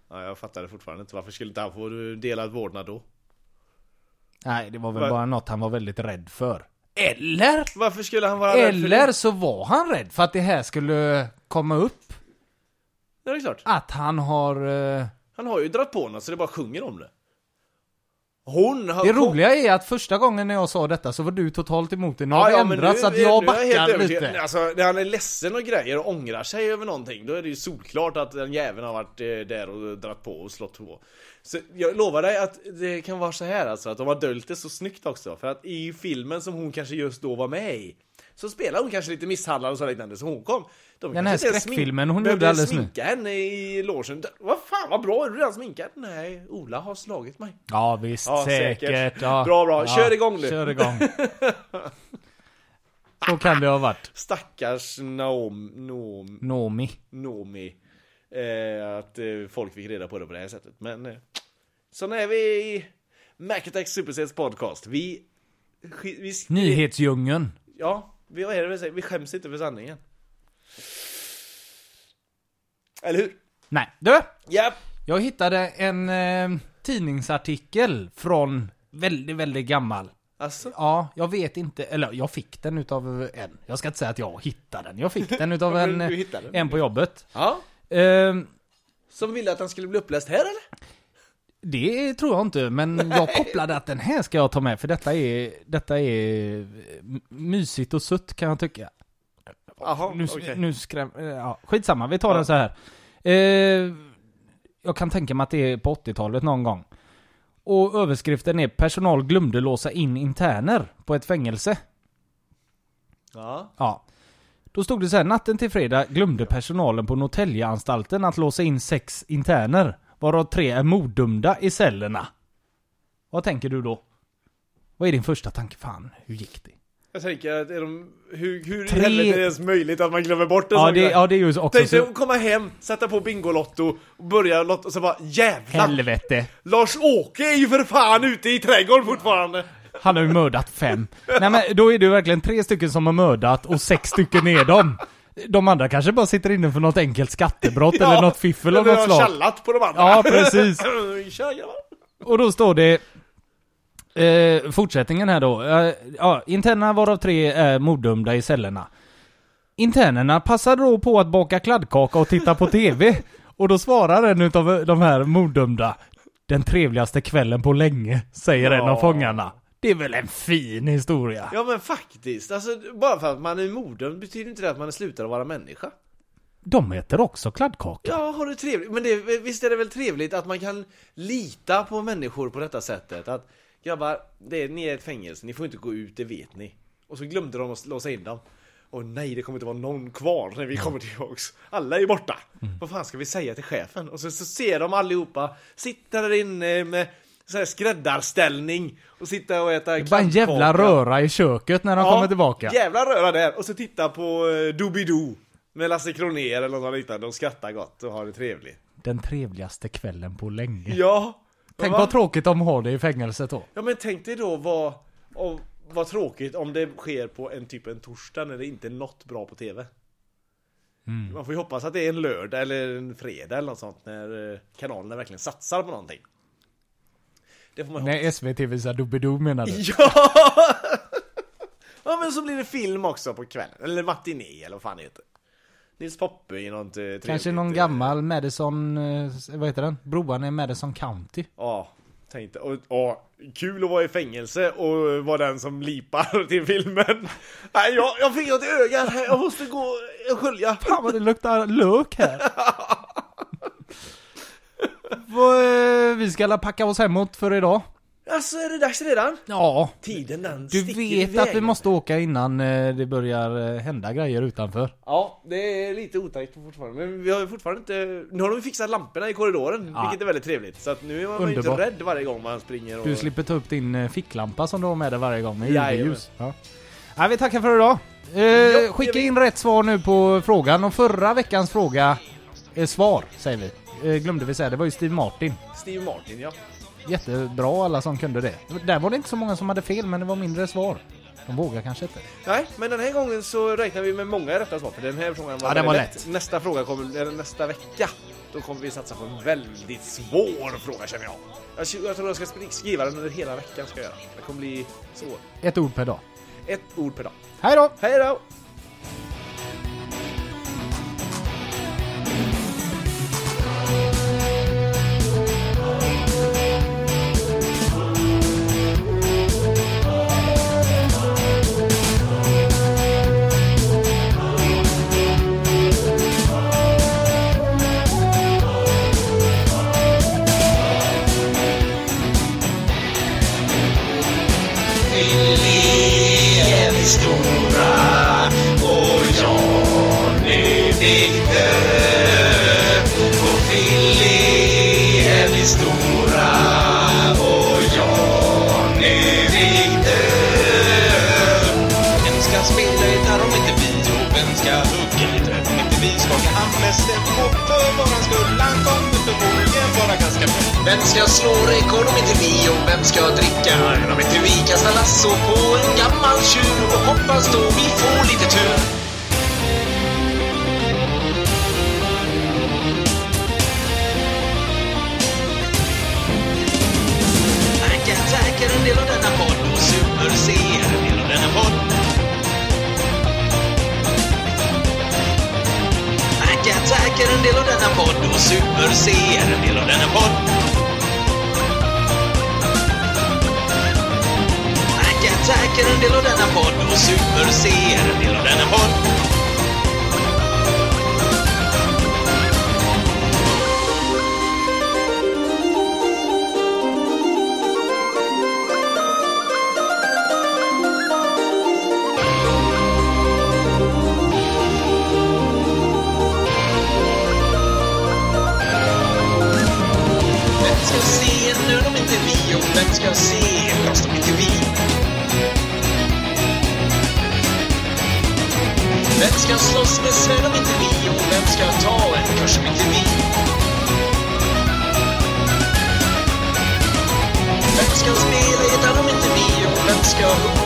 Ja, jag fattar det fortfarande inte. Varför skulle inte han få delad vårdnad då?
Nej, det var väl
Va-
bara något han var väldigt rädd för. Eller?
Varför skulle han vara rädd för
Eller
det?
så var han rädd för att det här skulle komma upp.
Ja, det är klart.
Att han har... eh,
Han har ju dragit på något så det bara sjunger om det. Hon har...
Det roliga är att första gången när jag sa detta så var du totalt emot det. Nu har
Ja,
det
ja, men
ändrats
nu-
så att jag
nu är helt
backar
övertygad.
lite.
Alltså, när han är ledsen och grejer och ångrar sig över någonting, då är det ju solklart att den jäveln har varit eh, där och dragit på och slått på. Så jag lovar dig att det kan vara så här alltså, att de har dolt det så snyggt också. För att i filmen som hon kanske just då var med i, så spelar hon kanske lite misshandlad och så liknande, så hon kom. De
Den
kanske
här
inte ens smink-
skräckfilmen hon
behövde
gjorde alldeles nu.
sminka henne i logen. Vad fan vad bra, är du redan sminkad? Nej, Ola har slagit mig.
Ja visst,
Ja,
säkert.
säkert.
Ja.
Bra, bra.
Ja,
Kör igång nu.
Kör igång. Så kan det ha varit.
Stackars Naom, Naom,
Nomi.
Nomi eh, att eh, folk fick reda på det på det här sättet. Men eh, så när vi i Macattack Supersets podcast. Vi, sk- vi, sk-
Nyhetsdjungeln.
ja, vi, vad är det vi säger? Vi skäms inte för sanningen. Eller hur?
Nej, du!
Ja,
Jag hittade en eh, tidningsartikel från väldigt, väldigt gammal.
alltså.
Ja, jag vet inte, eller jag fick den utav en. Jag ska inte säga att jag hittade den. Jag fick den utav en,
Men du hittade den.
en på jobbet.
Ja,
Ehm,
som ville att han skulle bli uppläst här eller?
Det tror jag inte, men jag kopplade att den här ska jag ta med för detta är, detta är m- mysigt och sutt kan jag tycka.
Jaha,
Nu,
okej.
nu skräm... eh, Ja, skitsamma, vi tar den så här. Eh, jag kan tänka mig att det är på 80-talet någon gång. Och överskriften är 'Personal glömde låsa in interner på ett fängelse'
Ja.
Ja. Då stod det så här, natten till fredag glömde personalen på Norrtäljeanstalten att låsa in sex interner, varav tre är morddömda i cellerna. Vad tänker du då? Vad är din första tanke? Fan, hur gick det?
Jag tänker att är de, hur, hur
Tre-
i helvete är det ens möjligt att man glömmer bort en
Ja
sån
det,
grej?
ja, det är ju också
Tänk dig
så...
att komma hem, sätta på Bingolotto och börja lotta och så bara jävlar!
Helvete.
Lars-Åke är ju för fan ute i trädgården fortfarande!
Han har ju mördat fem. Nej men då är det ju verkligen tre stycken som har mördat och sex stycken är dem. De andra kanske bara sitter inne för något enkelt skattebrott eller något fiffel av
eller
något
har
slag.
tjallat på de andra.
Ja, precis.
Tja grabbar!
Och då står det... Eh, fortsättningen här då. Eh, ja, internerna varav tre är morddömda i cellerna. Internerna passade då på att baka kladdkaka och titta på TV. Och då svarar en utav de här morddömda. Den trevligaste kvällen på länge, säger en av fångarna. Det är väl en fin historia?
Ja men faktiskt, alltså bara för att man är modern betyder inte det att man slutar att vara människa.
De äter också kladdkaka.
Ja, har du trevligt? Men det, visst är det väl trevligt att man kan lita på människor på detta sättet? Att grabbar, det är, ni är ett fängelse, ni får inte gå ut, det vet ni. Och så glömde de att låsa in dem. Och nej, det kommer inte vara någon kvar när vi kommer tillbaks. Alla är borta.
Mm.
Vad fan ska vi säga till chefen? Och så, så ser de allihopa sitta där inne med så här skräddarställning och sitta och äta
Bara en jävla
kladdkaka.
röra i köket när de kommer tillbaka.
Jävla röra där och så titta på eh, Doobidoo med Lasse Kronér eller något liknande. De skrattar gott och har det trevligt.
Den trevligaste kvällen på länge.
Ja.
Tänk
va?
vad tråkigt de har det i fängelset då.
Ja men tänk dig då vad, om- vad tråkigt om det sker på en typ en torsdag när det inte är något bra på TV.
Mm.
Man får ju hoppas att det är en lördag eller en fredag eller något sånt när eh, kanalerna verkligen satsar på någonting. Det får man hoppas.
När SVT visar Doobidoo menar du?
Ja! ja men så blir det film också på kvällen, eller matiné eller vad fan det heter. Nils Poppe i något eh, trevligt.
Kanske någon
eh,
gammal Madison, eh, vad heter den? Broarna i Madison County.
Ja, tänkte. Och, och kul att vara i fängelse och vara den som lipar till filmen. Nej, jag, jag fick något i ögat. här. Jag måste gå och skölja.
Fan vad det luktar lök här. Vad, eh, Vi ska alla packa oss hemåt för idag.
Alltså, är det dags redan?
Ja,
Tiden den
du
sticker
vet
iväg.
att vi måste åka innan eh, det börjar eh, hända grejer utanför.
Ja, det är lite otajt fortfarande. Men vi har ju fortfarande inte... Nu har de ju fixat lamporna i korridoren,
Ja.
vilket är väldigt trevligt. Så att nu är man ju inte
Underbart.
rädd varje gång man springer och...
Du slipper ta upp din eh, ficklampa som du har med dig varje gång med
Jajamän.
UV-ljus. Ja. Ja, vi tackar för idag. Eh,
det
skicka
vi.
in rätt svar nu på frågan och förra veckans fråga, eh, svar säger vi, eh, glömde vi säga, det var ju Steve Martin.
Steve Martin, ja.
Jättebra alla som kunde det. Där var det inte så många som hade fel men det var mindre svar. De vågar kanske inte.
Nej, men den här gången så räknar vi med många rätta svar för den här frågan var,
Ja, den var
väldigt
lätt.
Nästa fråga kommer, eller nästa vecka, då kommer vi satsa på en väldigt svår fråga känner jag. Jag, tj- jag tror jag ska spri- skriva den under hela veckan ska jag göra. Det kommer bli svår.
Ett ord per dag.
Ett ord per dag.
Hej då!
Hej då!
Vem ska spela gitarr om inte vi? Och vem ska hugga gitarr om inte vi? Skaka hand med Steffo för våran skull. Han kommer förmodligen vara ganska bra. Vem ska slå rekord om inte vi? Och vem ska dricka öl om inte vi? Kasta lasso på en gammal tjur och hoppas då vi får lite tur. Tackar, tackar en del av denna podd och super ser en del av denna podd. Tackar, tackar en del av denna podd och super ser en del av denna podd. Tackar, tackar en del av denna podd och super ser en del av denna podd. Vem ska se nu om inte vi? Och vem ska se loss om inte vi? ska upp